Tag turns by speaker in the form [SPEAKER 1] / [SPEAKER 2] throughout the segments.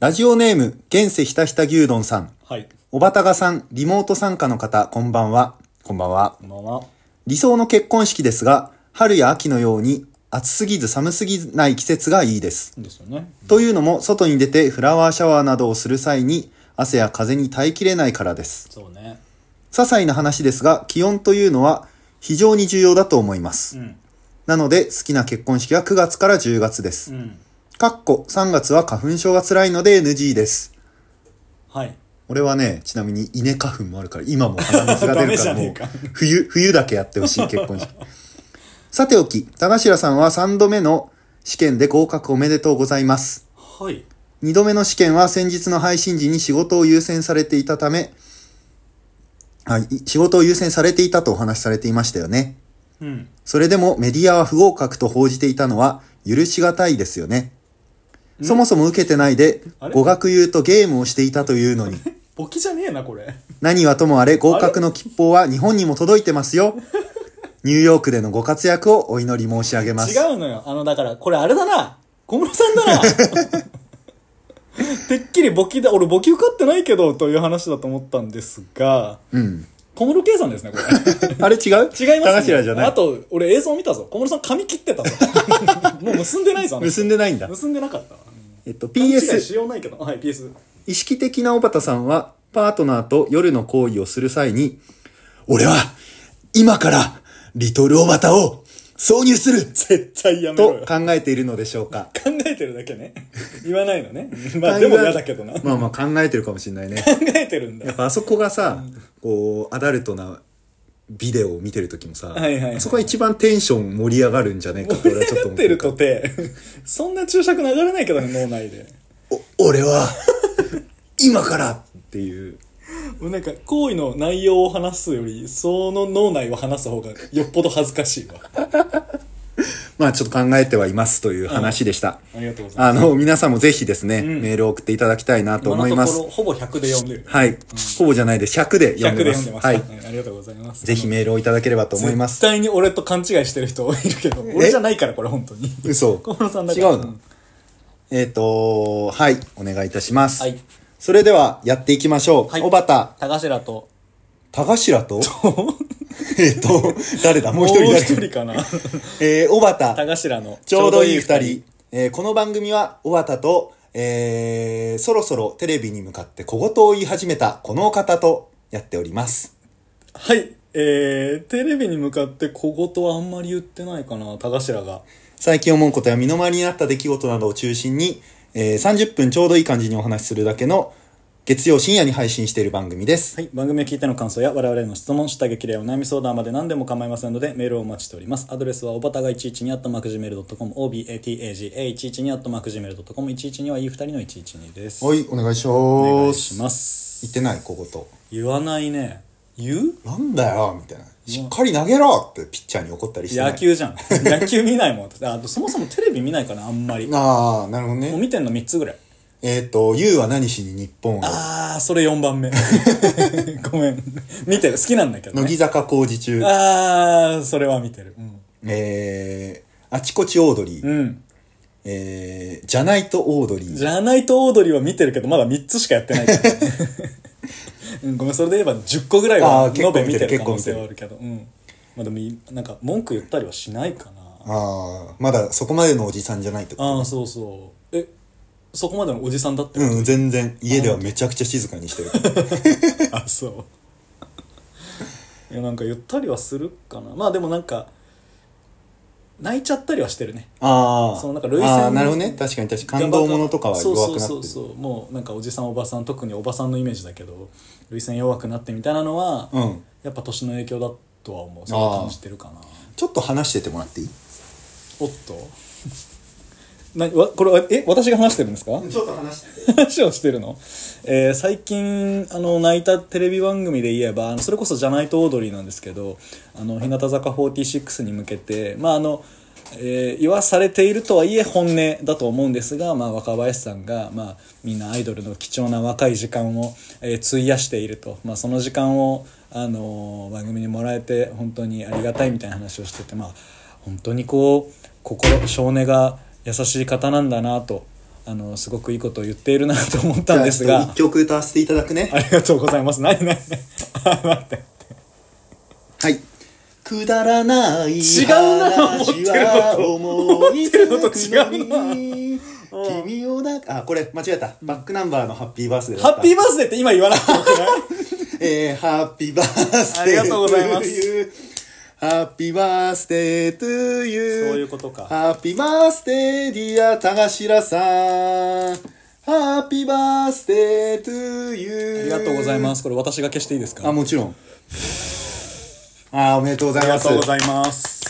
[SPEAKER 1] ラジオネーム、現世ひたひた牛丼さん。
[SPEAKER 2] はい。
[SPEAKER 1] おばたがさん、リモート参加の方、こんばんは。こんばんは。
[SPEAKER 2] こんばんは。
[SPEAKER 1] 理想の結婚式ですが、春や秋のように、暑すぎず寒すぎない季節がいいです。
[SPEAKER 2] ですよね。
[SPEAKER 1] というのも、外に出てフラワーシャワーなどをする際に、汗や風に耐えきれないからです。
[SPEAKER 2] そうね。
[SPEAKER 1] 些細な話ですが、気温というのは非常に重要だと思います。
[SPEAKER 2] ん。
[SPEAKER 1] なので、好きな結婚式は9月から10月です。
[SPEAKER 2] うん。
[SPEAKER 1] かっこ3月は花粉症が辛いので NG です。
[SPEAKER 2] はい。
[SPEAKER 1] 俺はね、ちなみに稲花粉もあるから、今も鼻水が出
[SPEAKER 2] ダメ
[SPEAKER 1] る
[SPEAKER 2] じ
[SPEAKER 1] か
[SPEAKER 2] ゃ
[SPEAKER 1] ら、
[SPEAKER 2] ね
[SPEAKER 1] も
[SPEAKER 2] え
[SPEAKER 1] う
[SPEAKER 2] か
[SPEAKER 1] 冬、冬だけやってほしい結婚式。さておき、田頭さんは3度目の試験で合格おめでとうございます。
[SPEAKER 2] はい。
[SPEAKER 1] 2度目の試験は先日の配信時に仕事を優先されていたため、はい、仕事を優先されていたとお話しされていましたよね。
[SPEAKER 2] うん。
[SPEAKER 1] それでもメディアは不合格と報じていたのは許しがたいですよね。そもそも受けてないで
[SPEAKER 2] あ、れ
[SPEAKER 1] 語学言うとゲームをしていたというのに、
[SPEAKER 2] ボキじゃねえな、これ。
[SPEAKER 1] 何はともあれ合格の切符は日本にも届いてますよ。ニューヨークでのご活躍をお祈り申し上げま
[SPEAKER 2] 違
[SPEAKER 1] す。
[SPEAKER 2] うのよ。あの、だから、これあれだな。小室さんだな。てっきりボキだ、俺ボキ受かってないけど、という話だと思ったんですが、
[SPEAKER 1] うん。
[SPEAKER 2] 小室圭さんですね、これ。
[SPEAKER 1] あれ違う
[SPEAKER 2] 違います、ね。
[SPEAKER 1] 田頭じゃな
[SPEAKER 2] あ
[SPEAKER 1] い。
[SPEAKER 2] と、俺映像見たぞ。小室さん髪切ってたぞ。もう結んでないぞ、あの人
[SPEAKER 1] 結んでないんだ。
[SPEAKER 2] 結んでなかったわ。
[SPEAKER 1] えっと、
[SPEAKER 2] 勘違い
[SPEAKER 1] PS、
[SPEAKER 2] しようないけど。はい、PS。
[SPEAKER 1] 意識的な小畑さんは、パートナーと夜の行為をする際に、俺は、今から、リトル小畑を挿入する
[SPEAKER 2] 絶対やめろ
[SPEAKER 1] と
[SPEAKER 2] よ。
[SPEAKER 1] 考えているのでしょうか。
[SPEAKER 2] 考えてるだけね。 言わない のね。まあでも嫌だけどな。考
[SPEAKER 1] まあまあ考えてるかもしれないね
[SPEAKER 2] えてるんだ
[SPEAKER 1] やっ。ぱあそこがさこうアダルトなビデオを見てる時もさ、
[SPEAKER 2] はいはいはい
[SPEAKER 1] あそこが一番テンション盛り上がるんじゃねえかって俺はちょっと
[SPEAKER 2] 考
[SPEAKER 1] 思
[SPEAKER 2] え
[SPEAKER 1] ってて
[SPEAKER 2] る
[SPEAKER 1] るか
[SPEAKER 2] とて、そんな注釈流れないけどね、脳内で。
[SPEAKER 1] お俺は 今からっていう
[SPEAKER 2] もうなんか、行為の内容を話すより、その脳内を話す方がよっぽど恥ずかしいわ。
[SPEAKER 1] まあちょっと考えてはいますという話でした、
[SPEAKER 2] ありがとうございます。
[SPEAKER 1] あの皆さんもぜひですね、
[SPEAKER 2] ん
[SPEAKER 1] メールを送っていただきたいなと思いま
[SPEAKER 2] 今
[SPEAKER 1] す
[SPEAKER 2] のところほぼ100で読んでる。
[SPEAKER 1] はい、ほぼじゃないで100で読んで
[SPEAKER 2] 100で
[SPEAKER 1] ま
[SPEAKER 2] 読ん
[SPEAKER 1] す
[SPEAKER 2] でます。
[SPEAKER 1] は
[SPEAKER 2] はいい。ありがとうございます。
[SPEAKER 1] ぜひメールをいただければと思います
[SPEAKER 2] 絶対に俺と勘違いしてる人いるけど、俺じゃないから、これ本当に。
[SPEAKER 1] 嘘
[SPEAKER 2] 小室さんだ
[SPEAKER 1] 違
[SPEAKER 2] から
[SPEAKER 1] うの、
[SPEAKER 2] うん
[SPEAKER 1] えっ、とはいお願いいたします、
[SPEAKER 2] はい
[SPEAKER 1] それではやっていきましょう、
[SPEAKER 2] はい
[SPEAKER 1] 小畑
[SPEAKER 2] 高頭と、
[SPEAKER 1] 田頭と えっと誰だもう一人
[SPEAKER 2] もう
[SPEAKER 1] 誰
[SPEAKER 2] 一人かな。
[SPEAKER 1] えー、小
[SPEAKER 2] 高
[SPEAKER 1] 畑
[SPEAKER 2] 頭の、
[SPEAKER 1] ちょうどいい二人、えーこの番組は小畑と、えー、そろそろテレビに向かって小言を言い始めたこの方とやっております
[SPEAKER 2] はい。えー、テレビに向かって小言はあんまり言ってないかな、田頭が。
[SPEAKER 1] 最近思うことや身の回りにあった出来事などを中心に、えー、30分ちょうどいい感じにお話しするだけの月曜深夜に配信している番組です
[SPEAKER 2] はい。番組を聞いての感想や我々への質問、下激励、お悩み相談まで何でも構いませんので、メールをお待ちしております。アドレスは、おばたが112、アットマークジメールドットコム、obataga112、アットマークジメールドットコム、112はいい二人の112です。
[SPEAKER 1] はいお願いし
[SPEAKER 2] お願
[SPEAKER 1] ま
[SPEAKER 2] い
[SPEAKER 1] す
[SPEAKER 2] します。
[SPEAKER 1] 言ってない小言
[SPEAKER 2] 言わないね。言う
[SPEAKER 1] なんだよみたいなしっかり投げろってピッチャーに怒ったりしてない
[SPEAKER 2] 野球じゃん。 野球見ないもん。私あとそもそもテレビ見ないかな、あんまり。も
[SPEAKER 1] ああなるほど
[SPEAKER 2] う
[SPEAKER 1] ね
[SPEAKER 2] 見てんの3つぐらい。
[SPEAKER 1] えっ、と「YOU は何しに日本を」
[SPEAKER 2] あー、それ4番目。 ごめん。見てる。好きなんだけど、ね。
[SPEAKER 1] 乃木坂工事中
[SPEAKER 2] あー、それは見てる。
[SPEAKER 1] えー、あちこちオードリー、
[SPEAKER 2] うん。うん。
[SPEAKER 1] えー、じゃないとオードリ
[SPEAKER 2] じ
[SPEAKER 1] ー
[SPEAKER 2] ゃないとオードリーは見てるけど、まだ3つしかやってない から、ねうんごめん、それで言えば10個ぐらい
[SPEAKER 1] あ
[SPEAKER 2] は
[SPEAKER 1] ー、結
[SPEAKER 2] 延
[SPEAKER 1] 構
[SPEAKER 2] べ
[SPEAKER 1] 見て
[SPEAKER 2] 見
[SPEAKER 1] る
[SPEAKER 2] てる可能性はあるけど。うん。まあでもいい、なんか文句言ったりはしないかな。
[SPEAKER 1] ああまだそこまでのおじさんじゃないってこ
[SPEAKER 2] あー、そうそう。え、そこまでのおじさんだって
[SPEAKER 1] とうん全然家ではめちゃくちゃ静かにしてる
[SPEAKER 2] あそういやなんか言ったりはするかなまあでもなんか泣いちゃったりはしてるね
[SPEAKER 1] ああ
[SPEAKER 2] そのなんか涙腺
[SPEAKER 1] ああなるほどね確かに確かに感動ものとかは
[SPEAKER 2] そう
[SPEAKER 1] 弱
[SPEAKER 2] そ
[SPEAKER 1] く
[SPEAKER 2] う
[SPEAKER 1] なって
[SPEAKER 2] そ
[SPEAKER 1] る
[SPEAKER 2] うそうもうなんかおじさんおばさん特におばさんのイメージだけど涙腺弱くなってみたいなのは、
[SPEAKER 1] うん
[SPEAKER 2] やっぱ年の影響だとは思うそう感じてるかな
[SPEAKER 1] ちょっと話しててもらっていい
[SPEAKER 2] おっ となわこれはえ私が話してるんですか
[SPEAKER 1] ちょっと話して
[SPEAKER 2] 話をしてるの、えー最近あの泣いたテレビ番組で言えばあのそれこそ「じゃないとオードリー」なんですけどあの日向坂46に向けてまああの、えー言わされているとはいえ本音だと思うんですが、まあ、若林さんが、まあ、みんなアイドルの貴重な若い時間を、えー費やしていると、まあ、その時間を、あのー番組にもらえて本当にありがたいみたいな話をしてて、まあ、本当にこう心性根が優しい方なんだなとあのすごくいいことを言っているなと思ったんですが
[SPEAKER 1] 一曲歌わせていただくね
[SPEAKER 2] あ。りがとうございます 何何何待って
[SPEAKER 1] はい。くだらない
[SPEAKER 2] 違うな思っ
[SPEAKER 1] 思
[SPEAKER 2] てるのと
[SPEAKER 1] い出なく
[SPEAKER 2] 思ってるのと
[SPEAKER 1] に君をなあこれ間違えたバックナンバーのハッピーバースデーだ
[SPEAKER 2] ハ
[SPEAKER 1] った
[SPEAKER 2] ッピーバースデーって今言わなくてよくない
[SPEAKER 1] えー、ハッピーバース
[SPEAKER 2] あ
[SPEAKER 1] デー
[SPEAKER 2] りがとうございます
[SPEAKER 1] ハッピーバースデートゥーユー
[SPEAKER 2] そういうことか
[SPEAKER 1] ハッピーバースデーディア高白さんハッピーバースデートゥーユー
[SPEAKER 2] ありがとうござい
[SPEAKER 1] す
[SPEAKER 2] ますこれ私が消していいですか
[SPEAKER 1] あもちろんあーおめでとうござ
[SPEAKER 2] あ
[SPEAKER 1] い
[SPEAKER 2] り
[SPEAKER 1] ま
[SPEAKER 2] が
[SPEAKER 1] す
[SPEAKER 2] とうございます。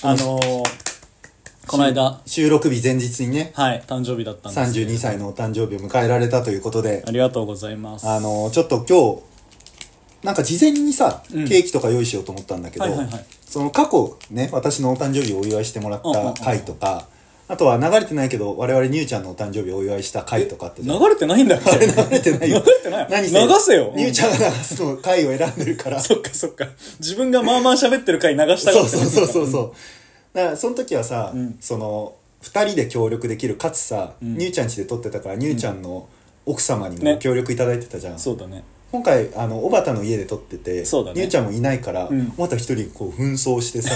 [SPEAKER 2] あのー、この間、
[SPEAKER 1] 収録日前日にね
[SPEAKER 2] はい、誕生日だったんです。
[SPEAKER 1] 32歳のお誕生日を迎えられたということで
[SPEAKER 2] ありがとうございます。
[SPEAKER 1] あのちょっと今日なんか事前にさ、ケーキとか用意しようと思ったんだけど、
[SPEAKER 2] はいはいはい
[SPEAKER 1] その過去ね私のお誕生日をお祝いしてもらった回とか、あとは流れてないけど我々ニューちゃんのお誕生日をお祝いした回とかあって
[SPEAKER 2] 流れてないんだっけ
[SPEAKER 1] 流れてない よ
[SPEAKER 2] 流れてない
[SPEAKER 1] 何
[SPEAKER 2] 流せよ
[SPEAKER 1] ニューちゃんが流すの回を選んでる から
[SPEAKER 2] そっかそっか。自分がまあまあ喋ってる回流した
[SPEAKER 1] そ
[SPEAKER 2] か
[SPEAKER 1] う
[SPEAKER 2] った
[SPEAKER 1] そうそうそうそうだからその時はさ、その2人で協力できるかつさ、ニューちゃん家で撮ってたからニューちゃんの奥様にも
[SPEAKER 2] ね
[SPEAKER 1] 協力いただいてたじゃん、
[SPEAKER 2] そうだね。
[SPEAKER 1] 今回あの小畑の家で撮ってて
[SPEAKER 2] そうだね
[SPEAKER 1] ニューちゃんもいないから、
[SPEAKER 2] ん
[SPEAKER 1] 小畑一人こう紛争してさ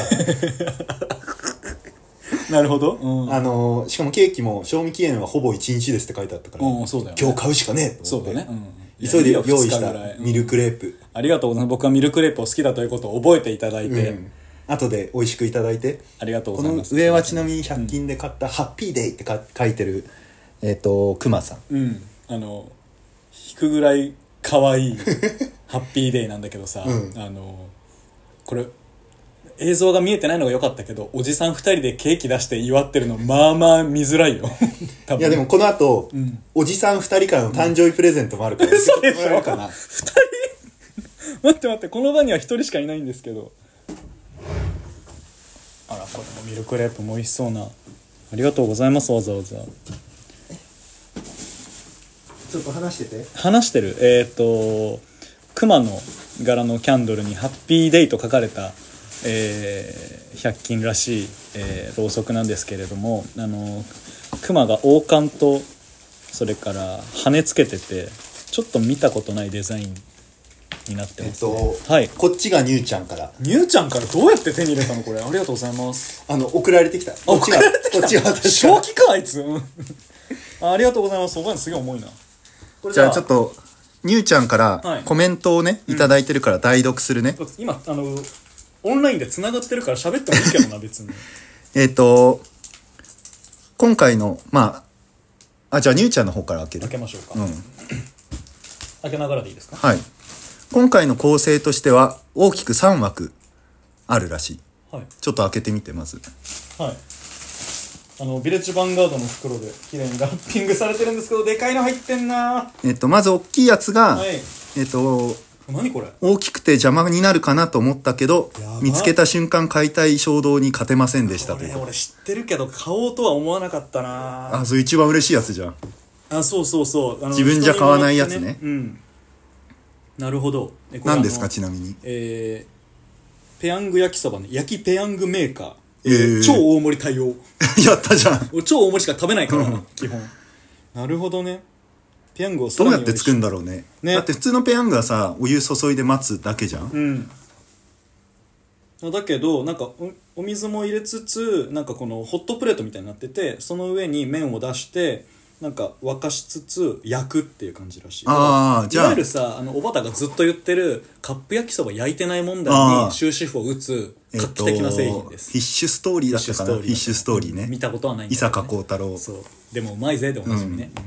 [SPEAKER 2] なるほど。 うん。
[SPEAKER 1] あのしかもケーキも賞味期限はほぼ1日ですって書いてあったから、
[SPEAKER 2] うんそうだよね
[SPEAKER 1] 今日買うしかねえと
[SPEAKER 2] そ
[SPEAKER 1] 思
[SPEAKER 2] う
[SPEAKER 1] っ
[SPEAKER 2] だ
[SPEAKER 1] て
[SPEAKER 2] ね。うん。
[SPEAKER 1] 急いで用
[SPEAKER 2] や
[SPEAKER 1] 意した
[SPEAKER 2] 二日ぐらいうん
[SPEAKER 1] ミルクレープ、
[SPEAKER 2] ありがとうございます。僕はミルクレープを好きだということを覚えていただいて、
[SPEAKER 1] うん後で美味しくいただいて
[SPEAKER 2] ありがとう
[SPEAKER 1] こ
[SPEAKER 2] ござい
[SPEAKER 1] の
[SPEAKER 2] ます。
[SPEAKER 1] 上はちなみに100均で買った「ハッピーデイ」ってか書いてるえっ、とクマさん
[SPEAKER 2] うん。あの、引くぐらい可愛 いハッピーデイなんだけどさ、
[SPEAKER 1] うん
[SPEAKER 2] あの、これ、映像が見えてないのが良かったけど、おじさん二人でケーキ出して祝ってるの、まあまあ見づらいよ。多 分
[SPEAKER 1] いやでもこの後、おじさん2人からの誕生日プレゼントもあ るから、
[SPEAKER 2] 嘘でしょ
[SPEAKER 1] もらえるかな
[SPEAKER 2] 待って待って、この場には一人しかいないんですけど。あら、これもミルクレープも美味しそうな。ありがとうございます、わざわざ。
[SPEAKER 1] ちょっと話してて
[SPEAKER 2] 話してるえっ、と熊の柄のキャンドルに「ハッピーデイ」と書かれた、えー100均らしい、えーろうそくなんですけれどもあの熊が王冠とそれから羽つけててちょっと見たことないデザインになって
[SPEAKER 1] え
[SPEAKER 2] ま
[SPEAKER 1] っ
[SPEAKER 2] すね、
[SPEAKER 1] と、
[SPEAKER 2] はい
[SPEAKER 1] こっちがニューちゃんから
[SPEAKER 2] ニューちゃんからどうやって手に入れたのこれありがとうございます
[SPEAKER 1] あの送られてきたこっちがこっちが私から
[SPEAKER 2] 正気かあいつうんあありがとうございますお金すげえ重いな
[SPEAKER 1] じゃあちょっとニューちゃんか
[SPEAKER 2] は
[SPEAKER 1] ら
[SPEAKER 2] い
[SPEAKER 1] コメントをね頂いただいてるから代読するね、
[SPEAKER 2] 今あのオンラインで繋がってるから喋ってもいいけどな別に
[SPEAKER 1] えっ、と今回のまああじゃあニューちゃんの方から開ける
[SPEAKER 2] 開けましょうか、
[SPEAKER 1] うん
[SPEAKER 2] 開けながらでいいですか
[SPEAKER 1] はい今回の構成としては大きく3枠あるらしい
[SPEAKER 2] はい
[SPEAKER 1] ちょっと開けてみてまず
[SPEAKER 2] はいあのビレッジヴァンガードの袋で綺麗にラッピングされてるんですけどでかいの入ってんな
[SPEAKER 1] えっと、まず大きいやつが、
[SPEAKER 2] はい
[SPEAKER 1] えっと、
[SPEAKER 2] 何これ
[SPEAKER 1] 大きくて邪魔になるかなと思ったけど
[SPEAKER 2] やば、
[SPEAKER 1] 見つけた瞬間買いたい衝動に勝てませんでした
[SPEAKER 2] こと
[SPEAKER 1] い
[SPEAKER 2] れ
[SPEAKER 1] う。
[SPEAKER 2] 俺知ってるけど買おうとは思わなかったなあ
[SPEAKER 1] あ、そう一番嬉しいやつじゃん。
[SPEAKER 2] そうそうそうあの
[SPEAKER 1] 自分じゃ買わないやつね
[SPEAKER 2] 人にもらってうんなるほどえこれ
[SPEAKER 1] 何ですか、
[SPEAKER 2] あの
[SPEAKER 1] ちなみに。
[SPEAKER 2] えーペヤング焼きそばの焼きペヤングメーカー、
[SPEAKER 1] えー
[SPEAKER 2] 超大盛り対応
[SPEAKER 1] やったじゃん。
[SPEAKER 2] 俺超大盛りしか食べないから、基本なるほどねペヤングをさ
[SPEAKER 1] ど
[SPEAKER 2] ら
[SPEAKER 1] う
[SPEAKER 2] に
[SPEAKER 1] やって作るんだろうね。
[SPEAKER 2] ね
[SPEAKER 1] だって普通のペヤングはさ、お湯注いで待つだけじゃん。
[SPEAKER 2] うんだけどなんかおお水も入れつつなんかこのホットプレートみたいになっててその上に麺を出してなんか沸かしつつ焼くっていう感じらしい
[SPEAKER 1] あーじゃあ
[SPEAKER 2] いわゆるさあのおばたがずっと言ってるカップ焼きそば焼いてない問題
[SPEAKER 1] あー
[SPEAKER 2] に終止符を打つ
[SPEAKER 1] え
[SPEAKER 2] 画
[SPEAKER 1] っ
[SPEAKER 2] 期
[SPEAKER 1] と、
[SPEAKER 2] 的
[SPEAKER 1] フ
[SPEAKER 2] な製
[SPEAKER 1] ィ
[SPEAKER 2] 品です、
[SPEAKER 1] ッシュストーリーだったかな。フィ
[SPEAKER 2] フィ
[SPEAKER 1] ッ
[SPEAKER 2] ッ
[SPEAKER 1] シ
[SPEAKER 2] シ
[SPEAKER 1] ュ
[SPEAKER 2] ュ
[SPEAKER 1] ス
[SPEAKER 2] ス
[SPEAKER 1] ト
[SPEAKER 2] ト
[SPEAKER 1] ー
[SPEAKER 2] ー
[SPEAKER 1] リ
[SPEAKER 2] リ
[SPEAKER 1] ー
[SPEAKER 2] ー
[SPEAKER 1] ね。
[SPEAKER 2] ね見たことはないん
[SPEAKER 1] 伊
[SPEAKER 2] だけど
[SPEAKER 1] 坂
[SPEAKER 2] ね
[SPEAKER 1] 幸太郎。
[SPEAKER 2] そうでもうまいぜでおなじみね、うん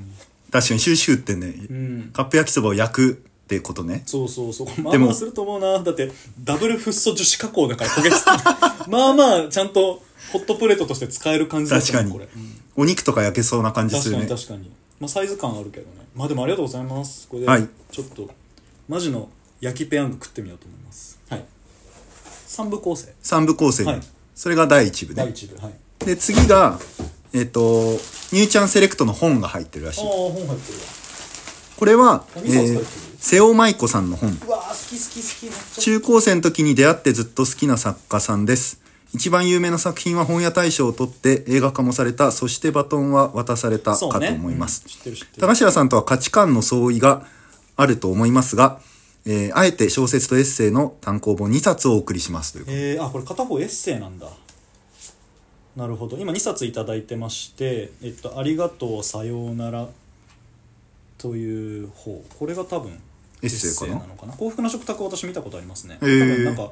[SPEAKER 1] 確かにシューシューってね、カップ焼きそばを焼くってことね。
[SPEAKER 2] そうそうそうま
[SPEAKER 1] で
[SPEAKER 2] あ
[SPEAKER 1] も
[SPEAKER 2] まあすると思うなだってダブルフッ素樹脂加工だから焦げつかない まあまあちゃんとホットプレートとして使える感じだ
[SPEAKER 1] 確
[SPEAKER 2] と
[SPEAKER 1] か
[SPEAKER 2] 思
[SPEAKER 1] に
[SPEAKER 2] うこれ、うん。
[SPEAKER 1] お肉とか焼けそうな感じす
[SPEAKER 2] 確
[SPEAKER 1] る
[SPEAKER 2] かに
[SPEAKER 1] ね。
[SPEAKER 2] 確かにまあサイズ感あるけどねまあでもありがとうございますこれで
[SPEAKER 1] はい
[SPEAKER 2] ちょっとマジの焼きペヤング食ってみようと思いますはい3部構成
[SPEAKER 1] 三部構成ね、
[SPEAKER 2] はい
[SPEAKER 1] それが第一部
[SPEAKER 2] 第
[SPEAKER 1] ね
[SPEAKER 2] 1部はい
[SPEAKER 1] で次がえっ、とニューちゃんセレクトの本が入ってるらし
[SPEAKER 2] ああ
[SPEAKER 1] い
[SPEAKER 2] 本入ってるわ
[SPEAKER 1] これは、え
[SPEAKER 2] 何冊入っ
[SPEAKER 1] ー
[SPEAKER 2] てる
[SPEAKER 1] 瀬尾舞子さんの本
[SPEAKER 2] うわー好き好き好きめっちゃ
[SPEAKER 1] 中高生の時に出会ってずっと好きな作家さんです一番有名な作品は本屋大賞を取って映画化もされた、そしてバトンは渡された
[SPEAKER 2] そう
[SPEAKER 1] か
[SPEAKER 2] ね
[SPEAKER 1] と思います。
[SPEAKER 2] うん知ってる知ってる
[SPEAKER 1] 高頭さんとは価値観の相違があると思いますが、えーあえて小説とエッセイの単行本2冊をお送りしますということで
[SPEAKER 2] えー、あこれ片方エッセイなんだなるほど今2冊頂いただいてまして「えっと、ありがとうさようなら」という方これが多分
[SPEAKER 1] エッセイかな
[SPEAKER 2] なのかな幸福な食卓私見たことありますね、
[SPEAKER 1] へー
[SPEAKER 2] 多分なんか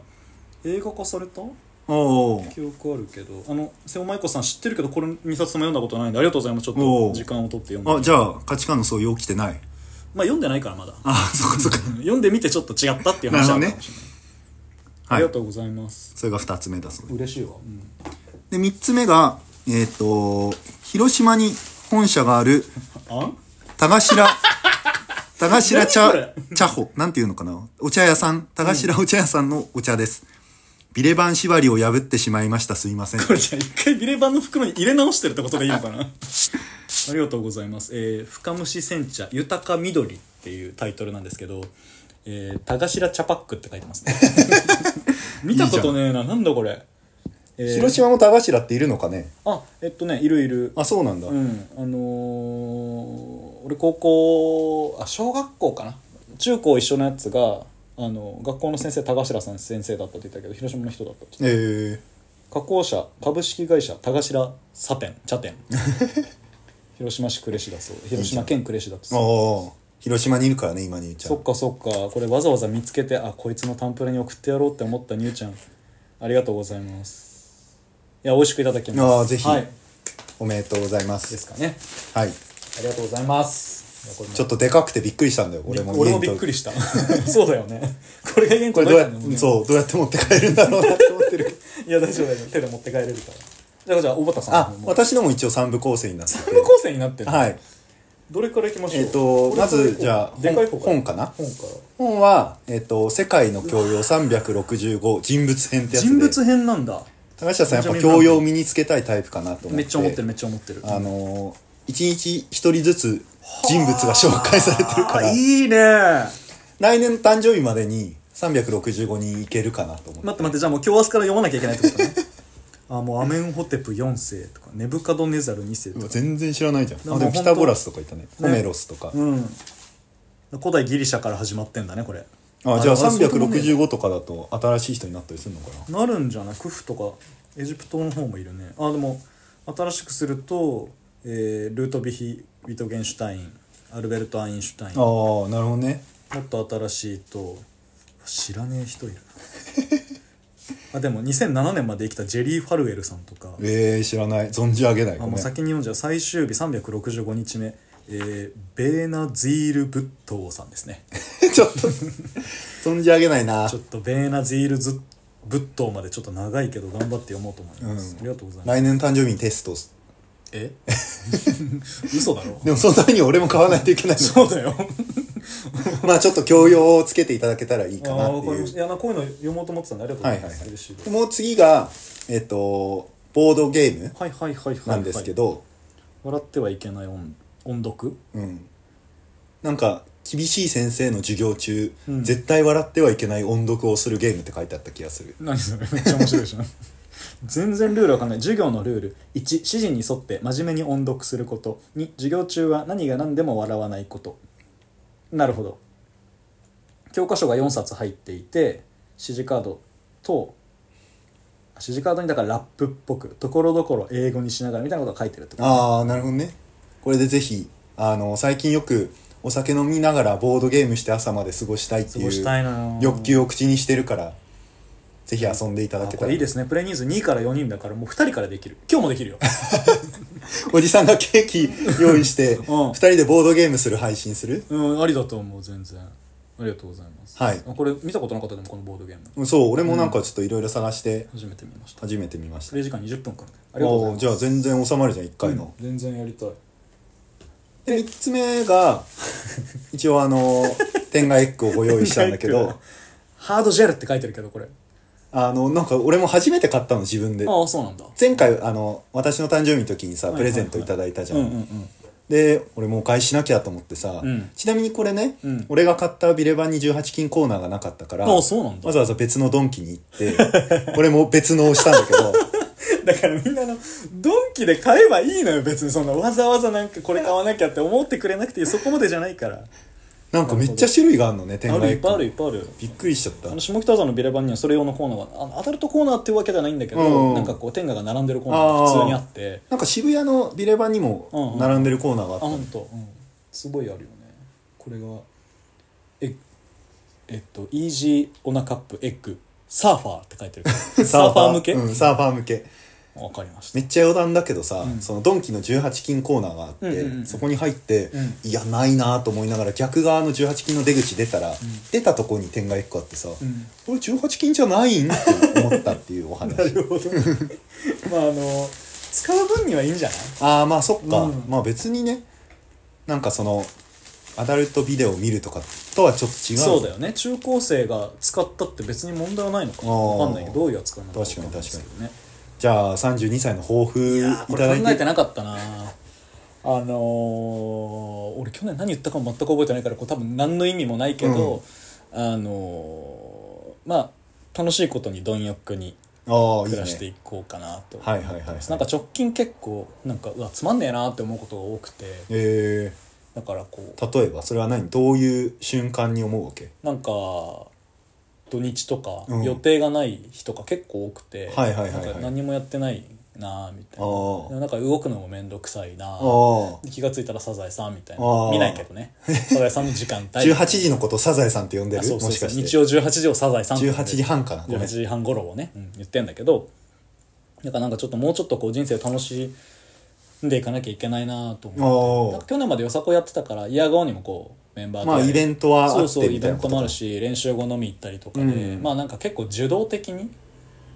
[SPEAKER 2] 映画化された
[SPEAKER 1] おー
[SPEAKER 2] 記憶あるけどあの瀬尾舞子さん知ってるけどこれ2冊とも読んだことないんでありがとうございますちょっ
[SPEAKER 1] お
[SPEAKER 2] と
[SPEAKER 1] う
[SPEAKER 2] 時間を取って読んで
[SPEAKER 1] あ、じゃあ価値観の相違起きてない。
[SPEAKER 2] まあ読んでないからまだ
[SPEAKER 1] あ、そっかそっか。
[SPEAKER 2] 読んでみてちょっと違ったっていう話はあるかもしれない、あ
[SPEAKER 1] は
[SPEAKER 2] り
[SPEAKER 1] い
[SPEAKER 2] が。とうございます
[SPEAKER 1] それが2つ目だそうです
[SPEAKER 2] 嬉しいわ、うん
[SPEAKER 1] で、3つ目が、えっ、と、広島に本社がある、
[SPEAKER 2] あん
[SPEAKER 1] 田 頭、田頭
[SPEAKER 2] 何こ
[SPEAKER 1] 茶
[SPEAKER 2] れ、
[SPEAKER 1] 茶穂、なんていうのかなお茶屋さん、田頭お茶屋さんのお茶です。ビレバン縛りを破ってしまいました。すいません。
[SPEAKER 2] これじゃあ一回ビレバンの袋に入れ直してるってことでいいのかな ありがとうございます「えー、深蒸し煎茶豊か緑」っていうタイトルなんですけど「えー、田頭茶パック」って書いてますね見たことねえななんだこれ、えー
[SPEAKER 1] 島も田頭っているのかね
[SPEAKER 2] あえっとねいるいる
[SPEAKER 1] あ、そうなんだ。
[SPEAKER 2] うんあのー俺高校あ小学校かな中高一緒のやつがあの学校の先生田頭さん先生だったって言ったけど広島の人だったって
[SPEAKER 1] えー、
[SPEAKER 2] 加工車株式会社田頭茶店茶 店広島市呉市だそう広島県呉市だそう
[SPEAKER 1] ああ、広島にいるからね、今にゆちゃ
[SPEAKER 2] そっ
[SPEAKER 1] ん。
[SPEAKER 2] かそっかこれわざわざ見つけてあこいつのタンプレに送ってやろうって思ったにゅうちゃんありがとうございますいや美味しくいただきます
[SPEAKER 1] あーぜひ
[SPEAKER 2] はい
[SPEAKER 1] おめでとうございま。
[SPEAKER 2] ですすかね
[SPEAKER 1] はい。
[SPEAKER 2] ありがとうございますいやこれも
[SPEAKER 1] ちょっとでかくてびっくりしたんだよ。俺も。
[SPEAKER 2] 俺もびっくりした そうだよねこれが原
[SPEAKER 1] こ
[SPEAKER 2] 稿
[SPEAKER 1] れ
[SPEAKER 2] だ
[SPEAKER 1] どうや
[SPEAKER 2] よ
[SPEAKER 1] っ
[SPEAKER 2] ね
[SPEAKER 1] そう、どうやって持って帰るんだろうなって思ってるけ ど。
[SPEAKER 2] いや大丈夫大丈夫手で持って帰れるからじゃあじゃあ小畑さん
[SPEAKER 1] あ、
[SPEAKER 2] もう
[SPEAKER 1] 私のも一応三部構成になって
[SPEAKER 2] 三部構成になってる
[SPEAKER 1] て。はい。
[SPEAKER 2] どれからいきましょう
[SPEAKER 1] えっ、と、
[SPEAKER 2] これ
[SPEAKER 1] ま
[SPEAKER 2] からい
[SPEAKER 1] ず、
[SPEAKER 2] こう
[SPEAKER 1] じゃあ、
[SPEAKER 2] でかい方
[SPEAKER 1] 本本かな
[SPEAKER 2] 本から
[SPEAKER 1] 本は、えっ、と、世界の教養365人物編ってやつで。
[SPEAKER 2] 人物編なんだ
[SPEAKER 1] 高橋さんやっぱ教養を身につけたいタイプかなと思って。
[SPEAKER 2] めっちゃ思ってるめっちゃ思ってる
[SPEAKER 1] あのー、一日一人ずつ人物が紹介されてるから、
[SPEAKER 2] いいね
[SPEAKER 1] 来年の誕生日までに365人いけるかなと思って。
[SPEAKER 2] 待って待ってじゃあもう今日明日から読まなきゃいけないってことね あもうアメンホテプ4世とかネブカドネザル2世
[SPEAKER 1] うわ
[SPEAKER 2] とか
[SPEAKER 1] 全然知らないじゃん。
[SPEAKER 2] も
[SPEAKER 1] あ、でも
[SPEAKER 2] 本当
[SPEAKER 1] ピタゴラスとかいたね。ホメロスとか。
[SPEAKER 2] うん古代ギリシャから始まってんだねこれ
[SPEAKER 1] あ、じゃあ
[SPEAKER 2] でもそうでもね
[SPEAKER 1] 365とかだと新しい人になったりするのかな。
[SPEAKER 2] なるんじゃないクフとかエジプトの方もいるねあでも新しくすると、えールートビヒ・ウィトゲンシュタインアルベルト・アインシュタインも
[SPEAKER 1] ああ、なるほどね。
[SPEAKER 2] っと新しいと知らねえ人いるな あでも2007年まで生きたジェリー・ファルエルさんとか
[SPEAKER 1] えー、知らない。存じ上げない。
[SPEAKER 2] あ
[SPEAKER 1] ご
[SPEAKER 2] もう
[SPEAKER 1] めん。
[SPEAKER 2] 先に読んじゃう最終日365日目、えーベーナ・ズィール・ブットーさんですね
[SPEAKER 1] ちょっと、存じ上げないな
[SPEAKER 2] ちょ。っとベーナ・ズィールズ・ブットーまでちょっと長いけど頑張って読もうと思います、
[SPEAKER 1] うん
[SPEAKER 2] ありがとうございます
[SPEAKER 1] 来年誕生日にテスト。
[SPEAKER 2] え 嘘だろ
[SPEAKER 1] でもそのために俺も買わないといけないの。
[SPEAKER 2] そうだよ
[SPEAKER 1] まあちょっと教養をつけていただけたらいい
[SPEAKER 2] あ
[SPEAKER 1] かな
[SPEAKER 2] あ
[SPEAKER 1] って
[SPEAKER 2] 分かり
[SPEAKER 1] い
[SPEAKER 2] ました
[SPEAKER 1] う。
[SPEAKER 2] いやなこういうの読もうと思ってたんでありがとうございま
[SPEAKER 1] はい
[SPEAKER 2] す、
[SPEAKER 1] はいはい
[SPEAKER 2] 嬉しいです
[SPEAKER 1] でもう次が、えっ、と、ボードゲーム
[SPEAKER 2] はいはいはいはい
[SPEAKER 1] なんですけど、
[SPEAKER 2] 笑ってはいけない音音読
[SPEAKER 1] うん。なんか、厳しい先生の授業中、
[SPEAKER 2] うん
[SPEAKER 1] 絶対笑ってはいけない音読をするゲームって書いてあった気がする。
[SPEAKER 2] 何それめっちゃ面白いじゃん全然ルールわかんない授業のルール1指示に沿って真面目に音読すること2授業中は何が何でも笑わないことなるほど教科書が4冊入っていて指示カードとあ指示カードにだからラップっぽくところどころ英語にしながらみたいなことが書いてるってこと
[SPEAKER 1] ああ、なるほどね。これでぜひ、あの、最近よくお酒飲みながらボードゲームして朝まで過ごしたいって
[SPEAKER 2] 過
[SPEAKER 1] い
[SPEAKER 2] ごした
[SPEAKER 1] う
[SPEAKER 2] いな
[SPEAKER 1] 欲求を口にしてるから、ぜひ遊んでいただ
[SPEAKER 2] あ
[SPEAKER 1] け
[SPEAKER 2] こ
[SPEAKER 1] たら。
[SPEAKER 2] れいいですねプレイ人数2から4人だからもう2人からできる今日もできるよ
[SPEAKER 1] おじさんがケーキ用意 して、
[SPEAKER 2] ん
[SPEAKER 1] 二人でボードゲームする配信する
[SPEAKER 2] うんありだと思う全然ありがとうございます、
[SPEAKER 1] はい
[SPEAKER 2] あこれ見たことなかったでもこのボードゲーム
[SPEAKER 1] うんそう、俺もなんかちょっといろいろ探して、
[SPEAKER 2] 初めて見ました
[SPEAKER 1] 初めて見まし
[SPEAKER 2] プ
[SPEAKER 1] た。
[SPEAKER 2] レイ時間20分からねあ
[SPEAKER 1] あ
[SPEAKER 2] りがとうございます
[SPEAKER 1] じゃあ全然収まるじゃん、一回の。
[SPEAKER 2] うん全然やりたい
[SPEAKER 1] で、三つ目 が、一応あの、天下エッグをご用意したんだけ ど、
[SPEAKER 2] ハードジェルって書いてるけどこれ
[SPEAKER 1] あの、なんか俺も初めて買ったの、自分で。
[SPEAKER 2] ああそうなんだ
[SPEAKER 1] 前回、あの、私の誕生日の時にさ、
[SPEAKER 2] い
[SPEAKER 1] プレゼントいただいたじゃ
[SPEAKER 2] うんうん
[SPEAKER 1] ん。
[SPEAKER 2] うん
[SPEAKER 1] で俺もうお返ししなきゃと思ってさ、
[SPEAKER 2] うん
[SPEAKER 1] ちなみにこれね、
[SPEAKER 2] うん
[SPEAKER 1] 俺が買ったビレバンに18金コーナーがなかったから
[SPEAKER 2] あそうなんだ
[SPEAKER 1] わざわざ別のドンキに行って 俺も別のをしたんだけ ど
[SPEAKER 2] だからみんなあのドンキで買えばいいのよ別にそんなわざわざなんかこれ買わなきゃって思ってくれなくていいそこまでじゃないから
[SPEAKER 1] なんかめっちゃ種類があるのね
[SPEAKER 2] あ
[SPEAKER 1] 天
[SPEAKER 2] る
[SPEAKER 1] 外
[SPEAKER 2] いっぱいあるいっぱいある
[SPEAKER 1] びっくりしちゃった
[SPEAKER 2] あの下北沢のビレバンにはそれ用のコーナーはあのアダルトコーナーっていうわけではないんだけど、
[SPEAKER 1] うんうん
[SPEAKER 2] なんかこう天下が並んでるコーナーが普通にあって
[SPEAKER 1] なんか渋谷のビレバンにも並んでるコーナーがあ
[SPEAKER 2] あ
[SPEAKER 1] った、
[SPEAKER 2] ほんと、うん、すごいあるよねこれがええっとイージーオナカップエッグサーファーって書いてるから サーファー向け、
[SPEAKER 1] うん、サーファー向け
[SPEAKER 2] わかりました
[SPEAKER 1] めっちゃ余談だけどさ、
[SPEAKER 2] ん
[SPEAKER 1] そのドンキの18金コーナーがあって、
[SPEAKER 2] うんうんうん
[SPEAKER 1] そこに入って、
[SPEAKER 2] うん
[SPEAKER 1] いやないなと思いながら逆側の18金の出口出たら、出たとこに点が1個あってさ、
[SPEAKER 2] ん
[SPEAKER 1] これ18金じゃないんって思ったっていうお話
[SPEAKER 2] なるほどまああの使う分にはいいんじゃない
[SPEAKER 1] ああまあそっか、
[SPEAKER 2] うん
[SPEAKER 1] まあ別にねなんかそのアダルトビデオを見るとかとはちょっと違う
[SPEAKER 2] そうだよね中高生が使ったって別に問題はないのか
[SPEAKER 1] あー
[SPEAKER 2] わかんないけどどういう扱いなの
[SPEAKER 1] 確かに
[SPEAKER 2] わんないですけどね
[SPEAKER 1] じゃあ32歳の抱負い
[SPEAKER 2] いやーこ
[SPEAKER 1] ただ
[SPEAKER 2] れ
[SPEAKER 1] い
[SPEAKER 2] 考えて
[SPEAKER 1] て
[SPEAKER 2] なかったなあのー、俺去年何言ったかも全く覚えてないからこう多分何の意味もないけど、あのー、まあ楽しいことに貪欲に
[SPEAKER 1] ああいい
[SPEAKER 2] 暮ら
[SPEAKER 1] ね
[SPEAKER 2] していこうかなと
[SPEAKER 1] はいはいはい
[SPEAKER 2] なんか直近結構なんかうわつまんねえなって思うことが多くて
[SPEAKER 1] え
[SPEAKER 2] だからこ
[SPEAKER 1] ー、例えばそれは何どういう瞬間に思うわけ
[SPEAKER 2] うなんか土日とか
[SPEAKER 1] うん
[SPEAKER 2] 予定がない日とか結構多くて、
[SPEAKER 1] はいはいはいはい
[SPEAKER 2] なんか何もやってないなみたい
[SPEAKER 1] ああ
[SPEAKER 2] ななんか動くのも面倒くさいな
[SPEAKER 1] ああ
[SPEAKER 2] 気がついたらサザエさんみたい
[SPEAKER 1] あ
[SPEAKER 2] な
[SPEAKER 1] ー
[SPEAKER 2] 見ないけどねサザエさんの時間 帯
[SPEAKER 1] 18時のことサザエさんって呼んで
[SPEAKER 2] あ
[SPEAKER 1] る
[SPEAKER 2] そうそう
[SPEAKER 1] もし
[SPEAKER 2] そう
[SPEAKER 1] かして
[SPEAKER 2] 日曜18時をサザエさんって呼んで
[SPEAKER 1] 18時半かなごめん
[SPEAKER 2] 18時半頃をね、うん言ってんだけどだからなんかちょっともうちょっとこう人生を楽しんでいかなきゃいけないなと思
[SPEAKER 1] おー
[SPEAKER 2] ってなんか去年までよさこやってたからイヤー号にもこうメンバーで
[SPEAKER 1] まあイベントは
[SPEAKER 2] そ
[SPEAKER 1] あ
[SPEAKER 2] う
[SPEAKER 1] っ
[SPEAKER 2] そう
[SPEAKER 1] て
[SPEAKER 2] イ
[SPEAKER 1] みた
[SPEAKER 2] ベ
[SPEAKER 1] い
[SPEAKER 2] ン
[SPEAKER 1] な
[SPEAKER 2] ト
[SPEAKER 1] こと
[SPEAKER 2] もあ
[SPEAKER 1] か
[SPEAKER 2] るし練習後飲み行ったりとかで、
[SPEAKER 1] うん
[SPEAKER 2] まあなんか結構受動的に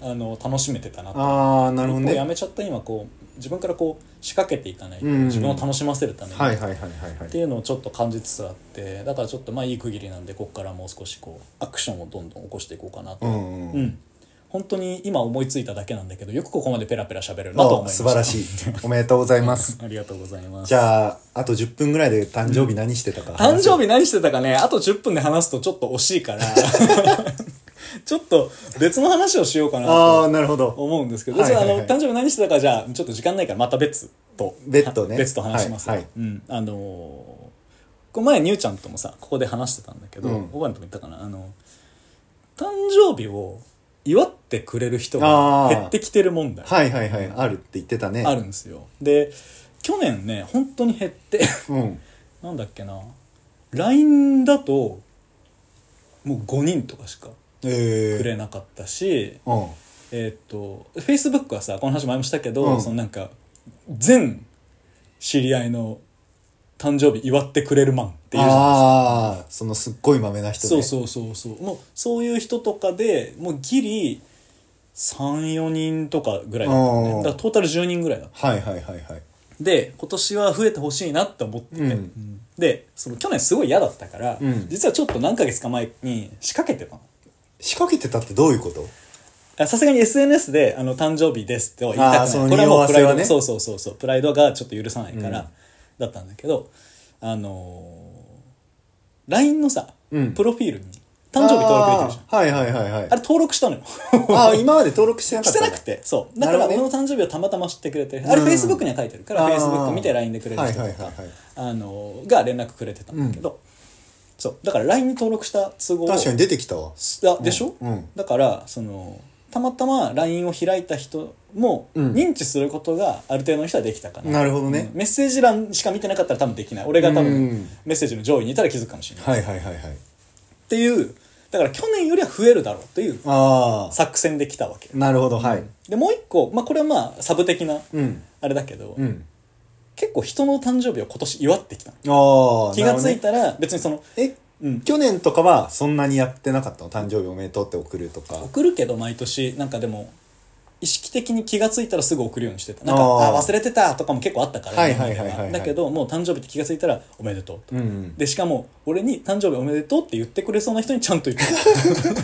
[SPEAKER 2] あの楽しめてたなと
[SPEAKER 1] ああなるほど
[SPEAKER 2] もうや
[SPEAKER 1] ね
[SPEAKER 2] めちゃった今こう自分からこう仕掛けていかないと、
[SPEAKER 1] うん
[SPEAKER 2] 自分を楽しませるために、
[SPEAKER 1] はいはいはいはいは
[SPEAKER 2] って
[SPEAKER 1] い
[SPEAKER 2] いうのをちょっと感じつつあってだからちょっとまあいい区切りなんでここからもう少しこうアクションをどんどん起こしていこうかなと、
[SPEAKER 1] うん
[SPEAKER 2] う
[SPEAKER 1] うん
[SPEAKER 2] ん本当に今思いついただけなんだけどよくここまでペラペラ喋れるなと思い
[SPEAKER 1] あ
[SPEAKER 2] ました
[SPEAKER 1] 素晴らしいおめでとうございます
[SPEAKER 2] ありがとうございます
[SPEAKER 1] じゃああと10分ぐらいで誕生日何してたか
[SPEAKER 2] 誕生
[SPEAKER 1] 日
[SPEAKER 2] 日何してたかねあと10分で話すとちょっと惜しいから ちょっと別の話をしようかな
[SPEAKER 1] ああ
[SPEAKER 2] と
[SPEAKER 1] なるほど
[SPEAKER 2] 思うんですけど、
[SPEAKER 1] はいはいはい
[SPEAKER 2] じゃああの誕生日何してたかじゃあちょっと時間ないからまた別と
[SPEAKER 1] 別途ね
[SPEAKER 2] 別と話します、
[SPEAKER 1] はいはい
[SPEAKER 2] うんあのーこれ前にゅうちゃんともさここで話してたんだけど、
[SPEAKER 1] うん
[SPEAKER 2] おばあんとも言ったかなあの誕生日を祝ってくれる人が減ってきてる問題
[SPEAKER 1] はいはいはいあるって言ってたね
[SPEAKER 2] あるんですよで去年ね本当に減って
[SPEAKER 1] うん
[SPEAKER 2] なんだっけな LINE だともう5人とかしか
[SPEAKER 1] ええ
[SPEAKER 2] くれなかったし、
[SPEAKER 1] うん
[SPEAKER 2] えーっと Facebook はさこの話前もしたけど、
[SPEAKER 1] うん
[SPEAKER 2] そのなんか全知り合いの誕生日祝ってくれるマンっていうじゃないですか
[SPEAKER 1] ああそのすっごいまめな人
[SPEAKER 2] そ
[SPEAKER 1] ね
[SPEAKER 2] うそうそうそうもうそういう人とかでもうギリ34人とかぐらいだったのね
[SPEAKER 1] うん
[SPEAKER 2] だからトータル10人ぐらいだった
[SPEAKER 1] はいはいはいはい
[SPEAKER 2] で今年は増えてほしいなって思ってて、
[SPEAKER 1] うん
[SPEAKER 2] うんでその去年すごい嫌だったから、
[SPEAKER 1] うん
[SPEAKER 2] 実はちょっと何ヶ月か前に仕掛けてたの
[SPEAKER 1] 仕掛けてたってどういうこと
[SPEAKER 2] あさすがに SNS であの「誕生日です」っては言いた
[SPEAKER 1] あー
[SPEAKER 2] く
[SPEAKER 1] そ
[SPEAKER 2] な
[SPEAKER 1] の
[SPEAKER 2] いこれはもうプライ
[SPEAKER 1] 匂
[SPEAKER 2] ド
[SPEAKER 1] わせはね
[SPEAKER 2] そうそうそうそうプライドがちょっと許さないから、
[SPEAKER 1] うん
[SPEAKER 2] だったんだけどあのー LINE のさ、
[SPEAKER 1] うん
[SPEAKER 2] プロフィールに誕生日登録できるじゃんあ
[SPEAKER 1] あーはいはいはいはい
[SPEAKER 2] れ登録したの よ
[SPEAKER 1] ああ今まで登録してなか
[SPEAKER 2] し
[SPEAKER 1] ってたんだ
[SPEAKER 2] なくてそうだから
[SPEAKER 1] なる
[SPEAKER 2] 俺
[SPEAKER 1] ほ
[SPEAKER 2] の
[SPEAKER 1] ど
[SPEAKER 2] 誕生日をたまたま知ってくれてあれ
[SPEAKER 1] うん
[SPEAKER 2] Facebook には書いてるから
[SPEAKER 1] あー
[SPEAKER 2] Facebook 見て LINE でくれる人とか、
[SPEAKER 1] はいはいはいはい
[SPEAKER 2] あのが連絡くれてたんだけど、そうだから LINE に登録した都合を
[SPEAKER 1] 確かに出てきたわ
[SPEAKER 2] あでしょ、
[SPEAKER 1] うんうん
[SPEAKER 2] だからそのたまたま LINE を開いた人も
[SPEAKER 1] うん
[SPEAKER 2] 認知することがある程度の人はできたかな、
[SPEAKER 1] なるほどね
[SPEAKER 2] うんメッセージ欄しか見てなかったら多分できない俺が多
[SPEAKER 1] う
[SPEAKER 2] 分
[SPEAKER 1] ん
[SPEAKER 2] メッセージの上位にいたら気づくかもしれない、
[SPEAKER 1] はいはいはいはい
[SPEAKER 2] っていうだから去年よりは増えるだろうという
[SPEAKER 1] ああ
[SPEAKER 2] 作戦できたわけ
[SPEAKER 1] なるほどはい
[SPEAKER 2] でもう一個、まあ、これはまあサブ的な
[SPEAKER 1] うん
[SPEAKER 2] あれだけど、
[SPEAKER 1] うん
[SPEAKER 2] 結構人の誕生日を今年祝ってきたの
[SPEAKER 1] ああ
[SPEAKER 2] 気がつ
[SPEAKER 1] なる
[SPEAKER 2] いたら別にその、
[SPEAKER 1] ほどね
[SPEAKER 2] うん
[SPEAKER 1] え、去年とかはそんなにやってなかったの誕生日おめでとうって送るとか
[SPEAKER 2] 送るけど毎年なんかでも意識的に気がついたらすぐ送るようにしてたなんか
[SPEAKER 1] あ
[SPEAKER 2] あ
[SPEAKER 1] ー
[SPEAKER 2] 忘れてたとかも結構あったから、
[SPEAKER 1] はいはいはいはいはい
[SPEAKER 2] 今までだけどもう誕生日って気がついたらおめでとう
[SPEAKER 1] う
[SPEAKER 2] と、
[SPEAKER 1] んうん
[SPEAKER 2] でしかも俺に誕生日おめでとうって言ってくれそうな人にちゃんと言って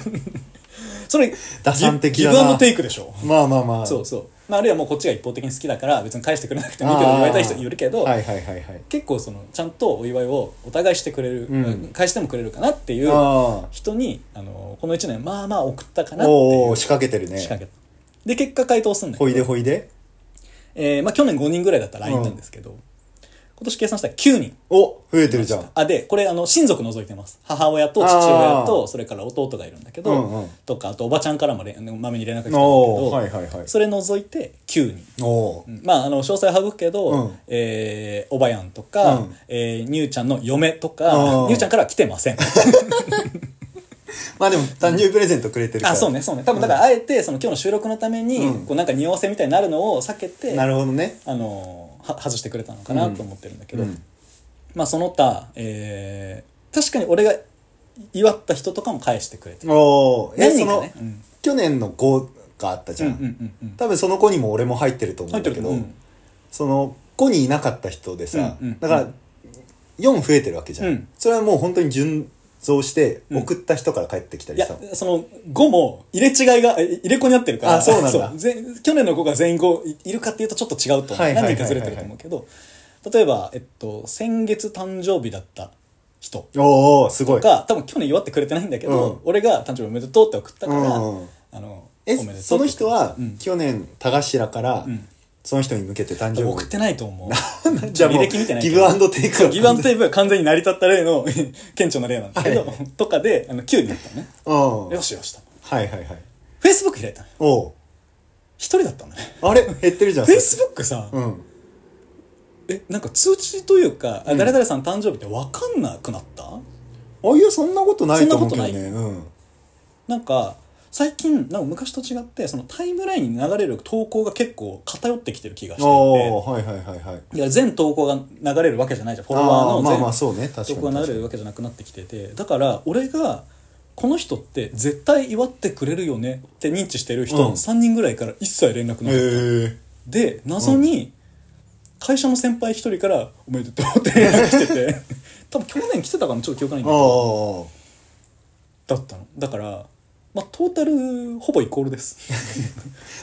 [SPEAKER 2] それ
[SPEAKER 1] 打算的
[SPEAKER 2] ギ
[SPEAKER 1] だ
[SPEAKER 2] ブ
[SPEAKER 1] な
[SPEAKER 2] アンドテイクでしょ
[SPEAKER 1] まあまあまあ
[SPEAKER 2] そうそうまあ、あるいはもうこっちが一方的に好きだから別に返してくれなくてもいいけど言われたい人いるけど、
[SPEAKER 1] はいはいはいはい
[SPEAKER 2] 結構そのちゃんとお祝いをお互いしてくれる、
[SPEAKER 1] うん
[SPEAKER 2] 返してもくれるかなっていう
[SPEAKER 1] あ
[SPEAKER 2] 人にあのこの1年まあまあ送ったかな
[SPEAKER 1] あ
[SPEAKER 2] って
[SPEAKER 1] おー
[SPEAKER 2] い
[SPEAKER 1] お
[SPEAKER 2] う
[SPEAKER 1] ー仕掛けてるね
[SPEAKER 2] 仕掛けたで結果回答すんだけ
[SPEAKER 1] ほ
[SPEAKER 2] ど
[SPEAKER 1] いでほいで
[SPEAKER 2] えーまあ、去年5人ぐらいだった LINE なんですけど、今年計算したら9人
[SPEAKER 1] お増えてるじゃん
[SPEAKER 2] あでこれあの親族除いてます母親と父親とそれから弟がいるんだけど、
[SPEAKER 1] うんうん
[SPEAKER 2] とかあとおばちゃんからもれまめに連絡が来たんだけ
[SPEAKER 1] お
[SPEAKER 2] ど、
[SPEAKER 1] おはいはいはい
[SPEAKER 2] それ除いて9人
[SPEAKER 1] おお
[SPEAKER 2] うんまあ、あの詳細は省くけど、
[SPEAKER 1] うん
[SPEAKER 2] えーおばやんとか、
[SPEAKER 1] うん
[SPEAKER 2] えーにゅうちゃんの嫁とか、
[SPEAKER 1] うん
[SPEAKER 2] にゅうちゃんからは来てません
[SPEAKER 1] まあでも誕生日プレゼントくれてるから
[SPEAKER 2] あそうねそうね多分だからあえてその今日の収録のために、
[SPEAKER 1] うん
[SPEAKER 2] こうなんか匂わせみたいになるのを避けて
[SPEAKER 1] なるほどね
[SPEAKER 2] あのは外してくれたのかなと思ってるんだけど、
[SPEAKER 1] うん
[SPEAKER 2] まあ、その他、えー確かに俺が祝った人とかも返してくれて
[SPEAKER 1] おおえ
[SPEAKER 2] 何
[SPEAKER 1] そ
[SPEAKER 2] 人か
[SPEAKER 1] の
[SPEAKER 2] ね、うん
[SPEAKER 1] 去年の5があったじゃ
[SPEAKER 2] うんうんんうんうん
[SPEAKER 1] 多分その子にも俺も入ってると思う
[SPEAKER 2] 入っ
[SPEAKER 1] ん
[SPEAKER 2] て
[SPEAKER 1] だけ
[SPEAKER 2] るけ
[SPEAKER 1] ど
[SPEAKER 2] ど、うん
[SPEAKER 1] その5にいなかった人でさ、
[SPEAKER 2] うんうんうん
[SPEAKER 1] だから4増えてるわけじゃん、
[SPEAKER 2] うん
[SPEAKER 1] それはもう本当に順増して
[SPEAKER 2] うん
[SPEAKER 1] 送った人から帰ってきた
[SPEAKER 2] い
[SPEAKER 1] り
[SPEAKER 2] や
[SPEAKER 1] さ、
[SPEAKER 2] その5も入れ違いがえ入れ子になってるから
[SPEAKER 1] あそうなんだ
[SPEAKER 2] 全去年の5が全員5いいるかっていうとちょっと違うと思
[SPEAKER 1] は
[SPEAKER 2] う
[SPEAKER 1] いはいはいはい
[SPEAKER 2] 何人かずれてると思うけど例えば、えっと、先月誕生日だった人
[SPEAKER 1] おーおーすごい
[SPEAKER 2] が多分去年祝ってくれてないんだけど、
[SPEAKER 1] うん
[SPEAKER 2] 俺が誕生日おめでとうって送ったから、
[SPEAKER 1] うんうん
[SPEAKER 2] あの
[SPEAKER 1] え
[SPEAKER 2] おめでとうって
[SPEAKER 1] その人は
[SPEAKER 2] うん
[SPEAKER 1] 去年田頭から
[SPEAKER 2] ん
[SPEAKER 1] その人に向けて誕生
[SPEAKER 2] 送っ
[SPEAKER 1] 日、
[SPEAKER 2] てないと思う
[SPEAKER 1] じゃあもう
[SPEAKER 2] 履歴見てない
[SPEAKER 1] ギブアンドテイク
[SPEAKER 2] そうギブアンドテイクが完全に成り立った例の顕著な例なんだけど、
[SPEAKER 1] は
[SPEAKER 2] とかであの9人だったのね
[SPEAKER 1] うんはい
[SPEAKER 2] よしよしと
[SPEAKER 1] はいはい
[SPEAKER 2] Facebook 開いたのよ
[SPEAKER 1] おう
[SPEAKER 2] 一人だったのね
[SPEAKER 1] あ れ減ってるじゃんそれ
[SPEAKER 2] Facebook さ、
[SPEAKER 1] うん
[SPEAKER 2] えなんか通知というか、あ
[SPEAKER 1] うん
[SPEAKER 2] 誰々さん誕生日って分かんなくなった
[SPEAKER 1] あいやそんなことないと思うけどね
[SPEAKER 2] そんな
[SPEAKER 1] うん
[SPEAKER 2] なんか最近なんか昔と違ってそのタイムラインに流れる投稿が結構偏ってきてる気がして
[SPEAKER 1] お
[SPEAKER 2] い
[SPEAKER 1] ーはいはいはいはい
[SPEAKER 2] ていや全投稿が流れるわけじゃないじゃんフォロ
[SPEAKER 1] あ
[SPEAKER 2] ワ
[SPEAKER 1] あま
[SPEAKER 2] ーの
[SPEAKER 1] あ
[SPEAKER 2] 全
[SPEAKER 1] まあそうね確
[SPEAKER 2] そ
[SPEAKER 1] か
[SPEAKER 2] こ
[SPEAKER 1] に
[SPEAKER 2] が流れるわけじゃなくなってきててだから俺がこの人って絶対祝ってくれるよねって認知してる人、
[SPEAKER 1] うん
[SPEAKER 2] 3人ぐらいから一切連絡な
[SPEAKER 1] へ
[SPEAKER 2] い、
[SPEAKER 1] え
[SPEAKER 2] で謎に会社の先輩一人から「おめでとう」って連絡来てて 多分去年来てたかなちょっと記憶ない
[SPEAKER 1] あ
[SPEAKER 2] んだけど
[SPEAKER 1] あ
[SPEAKER 2] だったのだからまあトータルほぼイコールです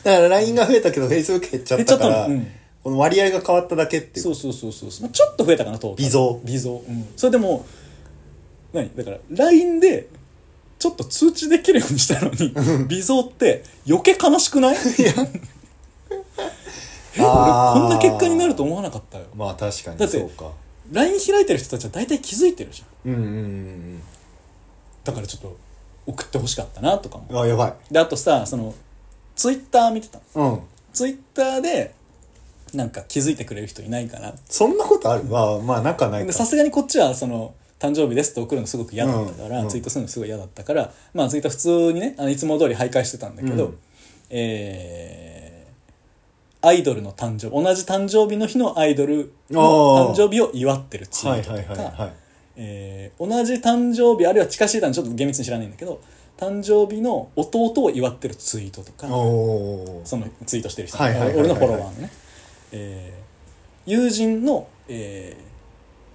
[SPEAKER 1] だから LINE が増えたけど Facebook 減っちゃったか
[SPEAKER 2] 減っちゃっ
[SPEAKER 1] ら、
[SPEAKER 2] たのうん
[SPEAKER 1] この割合が変わっただけっていう
[SPEAKER 2] そうそうそうそう、まあ、ちょっと増えたかなトータル
[SPEAKER 1] 微増
[SPEAKER 2] 微増、うんそれでも何だから LINE でちょっと通知できるようにしたのに 微増って余計悲しくないえ
[SPEAKER 1] あー
[SPEAKER 2] 俺こんな結果になると思わなかったよ
[SPEAKER 1] まあ確か
[SPEAKER 2] だ
[SPEAKER 1] に
[SPEAKER 2] って
[SPEAKER 1] そうか
[SPEAKER 2] LINE 開いてる人たちは大体気づいてるじゃん
[SPEAKER 1] うんうんうん
[SPEAKER 2] だからちょっと送ってほしかったなとかも
[SPEAKER 1] うんあやばい
[SPEAKER 2] であとさそのツイッター見てたの
[SPEAKER 1] うん
[SPEAKER 2] ツイッターでなんか気づいてくれる人いないかな
[SPEAKER 1] そんなことあるまあまあ仲ない
[SPEAKER 2] で
[SPEAKER 1] か
[SPEAKER 2] さすがにこっちはその誕生日ですって送るのすごく嫌だったから、
[SPEAKER 1] うん
[SPEAKER 2] ツイートするのすごい嫌だったから、まあ、ツイッター普通にねあのいつも通り徘徊してたんだけど、
[SPEAKER 1] うん
[SPEAKER 2] えーアイドルの誕生日同じ誕生日の日のアイドル
[SPEAKER 1] あー
[SPEAKER 2] の誕生日を祝ってるツイ
[SPEAKER 1] はい
[SPEAKER 2] ート
[SPEAKER 1] はいはい
[SPEAKER 2] と
[SPEAKER 1] は
[SPEAKER 2] か
[SPEAKER 1] い
[SPEAKER 2] えー同じ誕生日あるいは近しい誕生日ちょっと厳密に知らないんだけど誕生日の弟を祝ってるツイートとか
[SPEAKER 1] おお
[SPEAKER 2] そのツイートしてる人、
[SPEAKER 1] はいはいはいはい
[SPEAKER 2] 俺のフォロワーのね、えー友人の、えー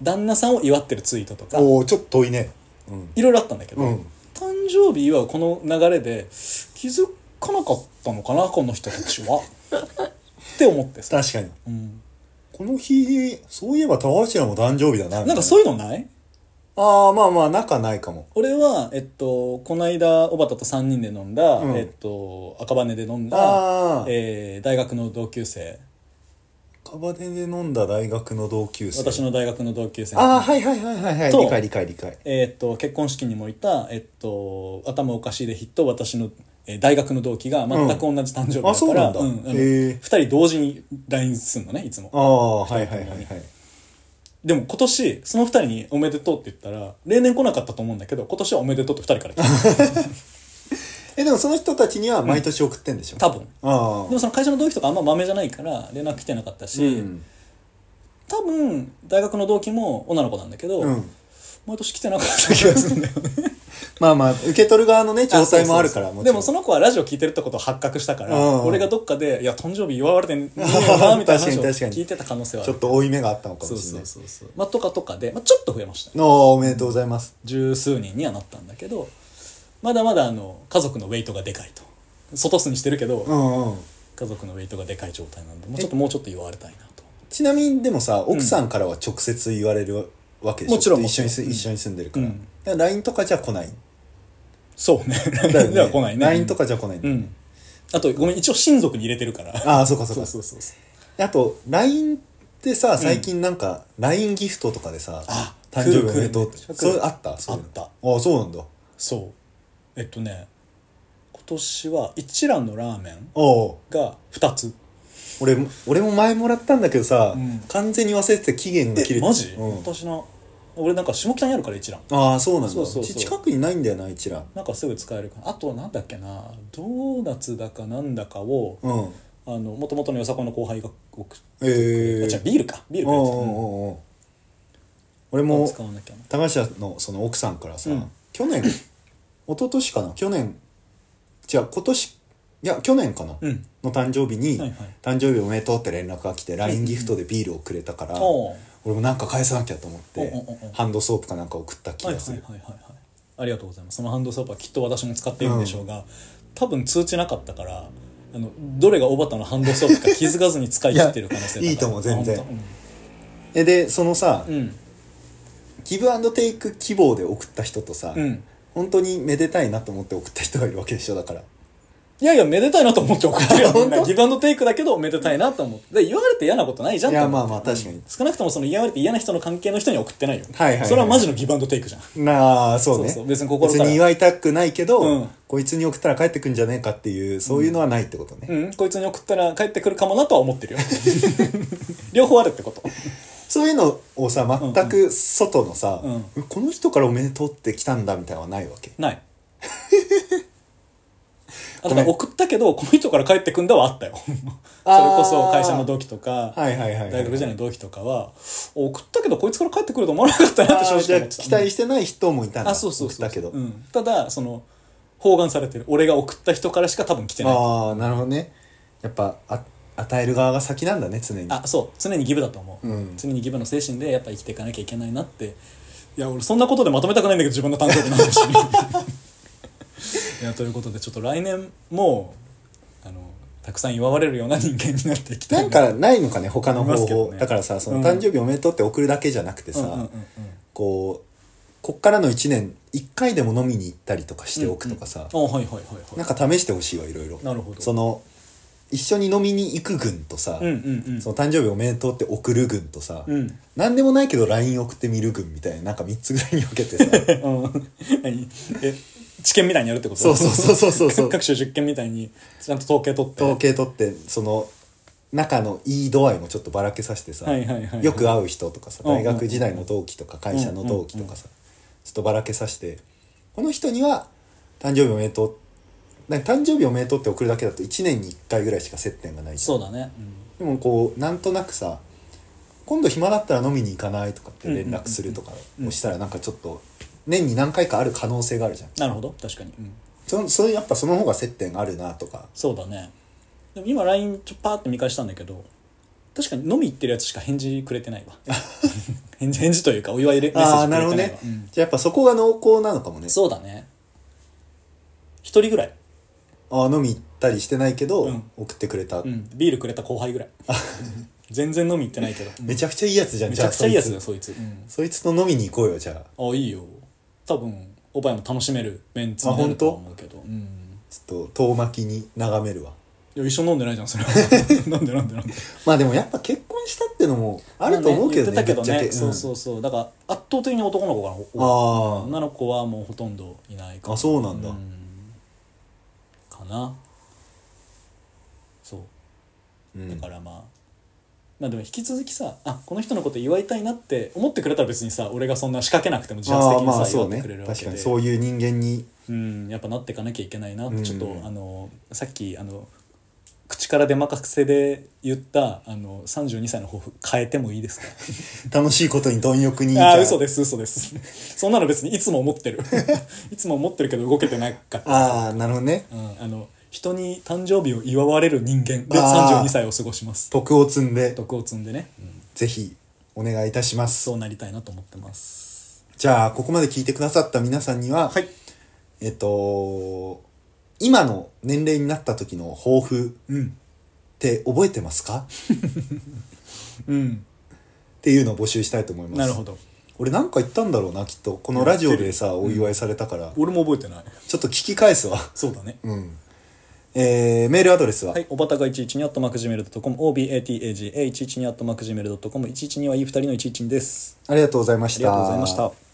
[SPEAKER 2] 旦那さんを祝ってるツイートとか
[SPEAKER 1] おおちょっと遠いねうん
[SPEAKER 2] いろいろあったんだけど、
[SPEAKER 1] うん
[SPEAKER 2] 誕生日祝うこの流れで気づかなかったのかなこの人たちはって思っ てさ、
[SPEAKER 1] 確かに
[SPEAKER 2] うん、
[SPEAKER 1] この日そういえば田頭も誕生日だな
[SPEAKER 2] なんかそう
[SPEAKER 1] いう
[SPEAKER 2] いうのない
[SPEAKER 1] ああまあまあ仲ないかも
[SPEAKER 2] 俺は、えっと、この間小畑と3人で飲んだ、
[SPEAKER 1] うん
[SPEAKER 2] えっと、赤羽で飲んだ、
[SPEAKER 1] ああ
[SPEAKER 2] えー大学の同級生
[SPEAKER 1] カバネで飲んだ大学の同級生
[SPEAKER 2] 私の大学の同級生
[SPEAKER 1] ああはいはいはいはいはい
[SPEAKER 2] と
[SPEAKER 1] 理解理解理解
[SPEAKER 2] えーっと結婚式にもいた、えっと頭おかしいでヒット私の、えー大学の同期が全く同じ誕生日だ
[SPEAKER 1] あ
[SPEAKER 2] か
[SPEAKER 1] そうな
[SPEAKER 2] ら、うん
[SPEAKER 1] だ
[SPEAKER 2] んあの
[SPEAKER 1] へえ
[SPEAKER 2] 2人同時に LINE すんのねいつも
[SPEAKER 1] ああはいはいはいはい
[SPEAKER 2] でも今年その2人に「おめでとう」って言ったら例年来なかったと思うんだけど今年は「おめでとう」って2人から来 た
[SPEAKER 1] えでもその人たちには毎年送ってんでしょ
[SPEAKER 2] 多分
[SPEAKER 1] あ
[SPEAKER 2] でもその会社の同期とかあんま豆じゃないから連絡来てなかった
[SPEAKER 1] あ
[SPEAKER 2] し、多分大学の同期も女の子なんだけど、
[SPEAKER 1] うん
[SPEAKER 2] 毎年来てなかった気がするんだよね
[SPEAKER 1] まあまあ受け取る側のね状態もあるから
[SPEAKER 2] あそうそうそう
[SPEAKER 1] もち
[SPEAKER 2] で
[SPEAKER 1] ろん
[SPEAKER 2] もその子はラジオ聞いてるってことを発覚したから、
[SPEAKER 1] うん
[SPEAKER 2] 俺がどっかで「いや誕生日祝われてんねえよな」みたいな話
[SPEAKER 1] 確
[SPEAKER 2] を
[SPEAKER 1] かに確かに
[SPEAKER 2] 聞いてた可能性はあ
[SPEAKER 1] ち
[SPEAKER 2] る
[SPEAKER 1] ょっと負い目があったのか
[SPEAKER 2] そ
[SPEAKER 1] も
[SPEAKER 2] う
[SPEAKER 1] しれ
[SPEAKER 2] そ
[SPEAKER 1] ないう
[SPEAKER 2] そうそうまあとかとかで、まあ、ちょっと増えましたね
[SPEAKER 1] のおめでとうございます
[SPEAKER 2] 十数人にはなったんだけどまだまだあの家族のウェイトがでかいと外すにしてるけど、
[SPEAKER 1] うんうん
[SPEAKER 2] 家族のウェイトがでかい状態なんでもうちょっともうちょっと言われたいなと
[SPEAKER 1] ちなみにでもさ奥さんからは直接言われるわけでしょ
[SPEAKER 2] もちろん
[SPEAKER 1] 一緒にす
[SPEAKER 2] うん
[SPEAKER 1] 一緒に住んでるから,、
[SPEAKER 2] うん
[SPEAKER 1] だから LINE とかじゃ来ない
[SPEAKER 2] そうね
[SPEAKER 1] だよ
[SPEAKER 2] LINE では来ないね
[SPEAKER 1] LINE とかじゃ来ない、
[SPEAKER 2] うんあとごめん一応親族に入れてるから
[SPEAKER 1] ああそうかそう
[SPEAKER 2] そ
[SPEAKER 1] か
[SPEAKER 2] うそうそうそう
[SPEAKER 1] あと LINE ってさ最近なんか LINE ギフトとかでさ、
[SPEAKER 2] あ
[SPEAKER 1] 誕生日お
[SPEAKER 2] 来る
[SPEAKER 1] めでとうって
[SPEAKER 2] 来る
[SPEAKER 1] それあったそういうの
[SPEAKER 2] あっ
[SPEAKER 1] あそうなんだ
[SPEAKER 2] そうえっとね今年は一蘭のラーメン
[SPEAKER 1] おう
[SPEAKER 2] が2つ
[SPEAKER 1] 俺も俺も前もらったんだけどさ、
[SPEAKER 2] うん
[SPEAKER 1] 完全に忘れてて期限が切れて
[SPEAKER 2] マジ、
[SPEAKER 1] うん、
[SPEAKER 2] 私の俺なんか下北にあるから一蘭
[SPEAKER 1] ああそうなんだ
[SPEAKER 2] そうそうそ
[SPEAKER 1] ち
[SPEAKER 2] う
[SPEAKER 1] 近くにないんだよな一覧
[SPEAKER 2] なんかすぐ使えるかなあとなんだっけなドーナツだかなんだかを
[SPEAKER 1] うん
[SPEAKER 2] あの元々のよさこいの後輩が送っ
[SPEAKER 1] ええ
[SPEAKER 2] あじゃあビールかビー
[SPEAKER 1] う
[SPEAKER 2] ルか
[SPEAKER 1] んう
[SPEAKER 2] や
[SPEAKER 1] ん
[SPEAKER 2] つうん
[SPEAKER 1] うんうん俺も
[SPEAKER 2] 使わなきゃな
[SPEAKER 1] 高橋のその奥さんからさ、
[SPEAKER 2] うん
[SPEAKER 1] 去 年一昨年かな去年違う今年いや去年かな、
[SPEAKER 2] うん
[SPEAKER 1] の誕生日に、
[SPEAKER 2] はいはい
[SPEAKER 1] 誕生日おめでとう」って連絡が来て LINE ギフトでビールをくれたから、
[SPEAKER 2] おう
[SPEAKER 1] 俺もなんか返さなきゃと思って、
[SPEAKER 2] おうおうおう
[SPEAKER 1] ハンドソープかなんか送った気
[SPEAKER 2] はい
[SPEAKER 1] が
[SPEAKER 2] はい
[SPEAKER 1] す
[SPEAKER 2] はい
[SPEAKER 1] る、
[SPEAKER 2] はいはいありがとうございますそのハンドソープはきっと私も使っているんでしょうが、多分通知なかったからあのどれがおばたのハンドソープか気づかずに使い切ってる可能性
[SPEAKER 1] いやいいと思う全然
[SPEAKER 2] あ本
[SPEAKER 1] えでそのさ、
[SPEAKER 2] 当うん
[SPEAKER 1] ギブアンドテイク希望で送った人とさ、
[SPEAKER 2] うん、うん
[SPEAKER 1] 本当にめでたいなと思って送った人がいるわけでしょだから
[SPEAKER 2] いやいや、めでたいなと思って送ってるよ、みん
[SPEAKER 1] 本
[SPEAKER 2] な。
[SPEAKER 1] 当
[SPEAKER 2] ギブアンドテイクだけど、めでたいなと思って。で、言われて嫌なことないじゃん
[SPEAKER 1] い
[SPEAKER 2] と
[SPEAKER 1] や
[SPEAKER 2] 思
[SPEAKER 1] ま
[SPEAKER 2] って
[SPEAKER 1] あまあ確かに、
[SPEAKER 2] 少なくともその言われて嫌な人の関係の人には送ってないよ。
[SPEAKER 1] はいはいはい
[SPEAKER 2] それはマジのギブアンドテイクじゃん。
[SPEAKER 1] なあそうね
[SPEAKER 2] そうそう別に心から
[SPEAKER 1] 別祝いたくないけど、
[SPEAKER 2] うん
[SPEAKER 1] こいつに送ったら帰ってくんじゃねえかっていうそういうのはないってことね、
[SPEAKER 2] うん、こいつに送ったら帰ってくるかもなとは思ってるよ。 両方あるってこと。
[SPEAKER 1] そういうのをさ全く外のさ、
[SPEAKER 2] うん
[SPEAKER 1] えこの人からおめでとうって来たんだみたいなのはないわけ
[SPEAKER 2] ない。あ
[SPEAKER 1] ご
[SPEAKER 2] だ
[SPEAKER 1] め
[SPEAKER 2] か
[SPEAKER 1] ん
[SPEAKER 2] ら送ったけど、この人から帰ってくんだはあったよ。それこそ会社の同期とか、
[SPEAKER 1] はいはいはいはい
[SPEAKER 2] 大学時代の同期とかは、送ったけどこいつから帰ってくると思わなかったなって正
[SPEAKER 1] あーじゃあ
[SPEAKER 2] 直思ってた。
[SPEAKER 1] 期待してない人もいたんだ
[SPEAKER 2] あそうそうそ
[SPEAKER 1] 送
[SPEAKER 2] う
[SPEAKER 1] ったけど、
[SPEAKER 2] うん、ただその包含されてる俺が送った人からしか多分来てない
[SPEAKER 1] ああなるほどねやっぱあ与える側が先なんだね常に
[SPEAKER 2] あそう常にギブだと思う、
[SPEAKER 1] うん
[SPEAKER 2] 常にギブの精神でやっぱ生きていかなきゃいけないなっていや俺そんなことでまとめたくないんだけど自分の誕生日の 話にいやということでちょっと来年もあのたくさん祝われるような人間になっていきたい
[SPEAKER 1] なんかないのかね他の
[SPEAKER 2] ありま
[SPEAKER 1] 方
[SPEAKER 2] すけど
[SPEAKER 1] 法、
[SPEAKER 2] ね
[SPEAKER 1] だからさそ
[SPEAKER 2] うん
[SPEAKER 1] の誕生日おめでとうって送るだけじゃなくて
[SPEAKER 2] う
[SPEAKER 1] さ、
[SPEAKER 2] んうんうんうん
[SPEAKER 1] こうこっからの1年1回でも飲みに行ったりとかしておくとかさ、
[SPEAKER 2] あはいはいはいはい
[SPEAKER 1] なんか試してほしいわいろいろ
[SPEAKER 2] なるほど
[SPEAKER 1] その一緒に飲みに行く群とさ、
[SPEAKER 2] うんうんうん
[SPEAKER 1] その誕生日おめでとうって送る群とさ、
[SPEAKER 2] うん
[SPEAKER 1] なんでもないけど LINE 送ってみる群みたいななんか3つぐらいに分けてさ
[SPEAKER 2] うん、何え知見みたいにやるってこと
[SPEAKER 1] そうそうそうそうそうそう
[SPEAKER 2] 各種実験みたいにちゃんと統計取って
[SPEAKER 1] 統計取ってその中のいい度合いもちょっとばらけさせてさ、
[SPEAKER 2] はいはいはいはい
[SPEAKER 1] よく会う人とかさ
[SPEAKER 2] うんうんう
[SPEAKER 1] 大
[SPEAKER 2] ん
[SPEAKER 1] 学時代の同期とか会社の同期とかさ、ちょっとばらけさせてこの人には誕生日おめでとうなんか誕生日おめでとうって送るだけだと1年に1回ぐらいしか接点がないじゃん
[SPEAKER 2] そうだね、
[SPEAKER 1] でもこうなんとなくさ今度暇だったら飲みに行かないとかって連絡するとかをしたらなんかちょっと年に何回かある可能性があるじゃん
[SPEAKER 2] なるほど確かに、うん
[SPEAKER 1] そのそれやっぱその方が接点があるなとか
[SPEAKER 2] そうだねでも今 LINE ちょパーって見返したんだけど確かに飲み行ってるやつしか返事くれてない わ返事返事というかお祝いレメッセー
[SPEAKER 1] ああ
[SPEAKER 2] ジくれてな
[SPEAKER 1] ないる
[SPEAKER 2] わ
[SPEAKER 1] ほどね、
[SPEAKER 2] うん
[SPEAKER 1] じゃあやっぱそこが濃厚なのかもね
[SPEAKER 2] そうだね一人ぐらい、
[SPEAKER 1] ああ飲み行ったりしてないけど、
[SPEAKER 2] うん
[SPEAKER 1] 送ってくれた、
[SPEAKER 2] うん、ビールくれた後輩 ぐらい全然飲み行ってないけど、うん
[SPEAKER 1] めちゃくちゃいいやつじゃん
[SPEAKER 2] め
[SPEAKER 1] じゃ
[SPEAKER 2] ちゃ
[SPEAKER 1] あ
[SPEAKER 2] くちゃいいやつだ
[SPEAKER 1] そ
[SPEAKER 2] よ
[SPEAKER 1] いつ
[SPEAKER 2] そいつ、うん
[SPEAKER 1] そいつと飲みに行こうよじゃあ
[SPEAKER 2] あいいよ多分おばやも楽しめるメンツになるとは思うけど、うん、
[SPEAKER 1] ちょっと遠巻きに眺めるわ
[SPEAKER 2] いや一緒に飲んでないじゃんそれ はなんでなんでなんで
[SPEAKER 1] まあでもやっぱ結婚したってのもあると思うけどね,、
[SPEAKER 2] まあね言ってたけどね
[SPEAKER 1] ぶっちゃけ
[SPEAKER 2] そうそうそうだから圧倒的に男の子が
[SPEAKER 1] ああ
[SPEAKER 2] 女の子はもうほとんどいないから
[SPEAKER 1] あそうなんだ
[SPEAKER 2] かなそううんだからまあ、まあでも引き続きさあこの人のこと祝いたいなって思ってくれたら別にさ俺がそんな仕掛けなくても自発
[SPEAKER 1] あ
[SPEAKER 2] 的
[SPEAKER 1] あ
[SPEAKER 2] に
[SPEAKER 1] ま
[SPEAKER 2] さ
[SPEAKER 1] あそ
[SPEAKER 2] 祝
[SPEAKER 1] う
[SPEAKER 2] って
[SPEAKER 1] ね
[SPEAKER 2] くれるわ
[SPEAKER 1] 確
[SPEAKER 2] け
[SPEAKER 1] か
[SPEAKER 2] で
[SPEAKER 1] にそういう人間に
[SPEAKER 2] うん、やっぱなっていかなきゃいけないなって、
[SPEAKER 1] うん
[SPEAKER 2] ちょっとあのさっきあの口から出まかせで言ったあの32歳の抱負変えてもいいですか
[SPEAKER 1] 楽しいことに貪欲に
[SPEAKER 2] ああ嘘ですす嘘です そんなの別にいつも思ってる いつも思ってるけど動けてなかった、
[SPEAKER 1] ああなるほどね
[SPEAKER 2] うん、あの人に誕生日を祝われる人間で
[SPEAKER 1] あー
[SPEAKER 2] 32歳を過ごします
[SPEAKER 1] 徳を積んで
[SPEAKER 2] 徳を積んでね、
[SPEAKER 1] ぜひお願いいたします
[SPEAKER 2] そうなりたいなと思ってます
[SPEAKER 1] じゃあここまで聞いてくださった皆さんには、
[SPEAKER 2] はい
[SPEAKER 1] えっと今の年齢になった時の抱負
[SPEAKER 2] うん
[SPEAKER 1] って覚えてますか
[SPEAKER 2] うん
[SPEAKER 1] っていうのを募集したいと思います
[SPEAKER 2] なるほど
[SPEAKER 1] 俺なんか言ったんだろうなきっとこのラジオでさお祝いされたから、
[SPEAKER 2] 俺も覚えてない
[SPEAKER 1] ちょっと聞き返すわ
[SPEAKER 2] そうだね
[SPEAKER 1] うんえー、メールアドレスは、
[SPEAKER 2] はい、おばたが112アットマークジメルドットコム、OBATAGA112 アットマークジメルドットコム、112はいい二人の112です。
[SPEAKER 1] ありがとうございまし
[SPEAKER 2] あ
[SPEAKER 1] た
[SPEAKER 2] りがとうございました。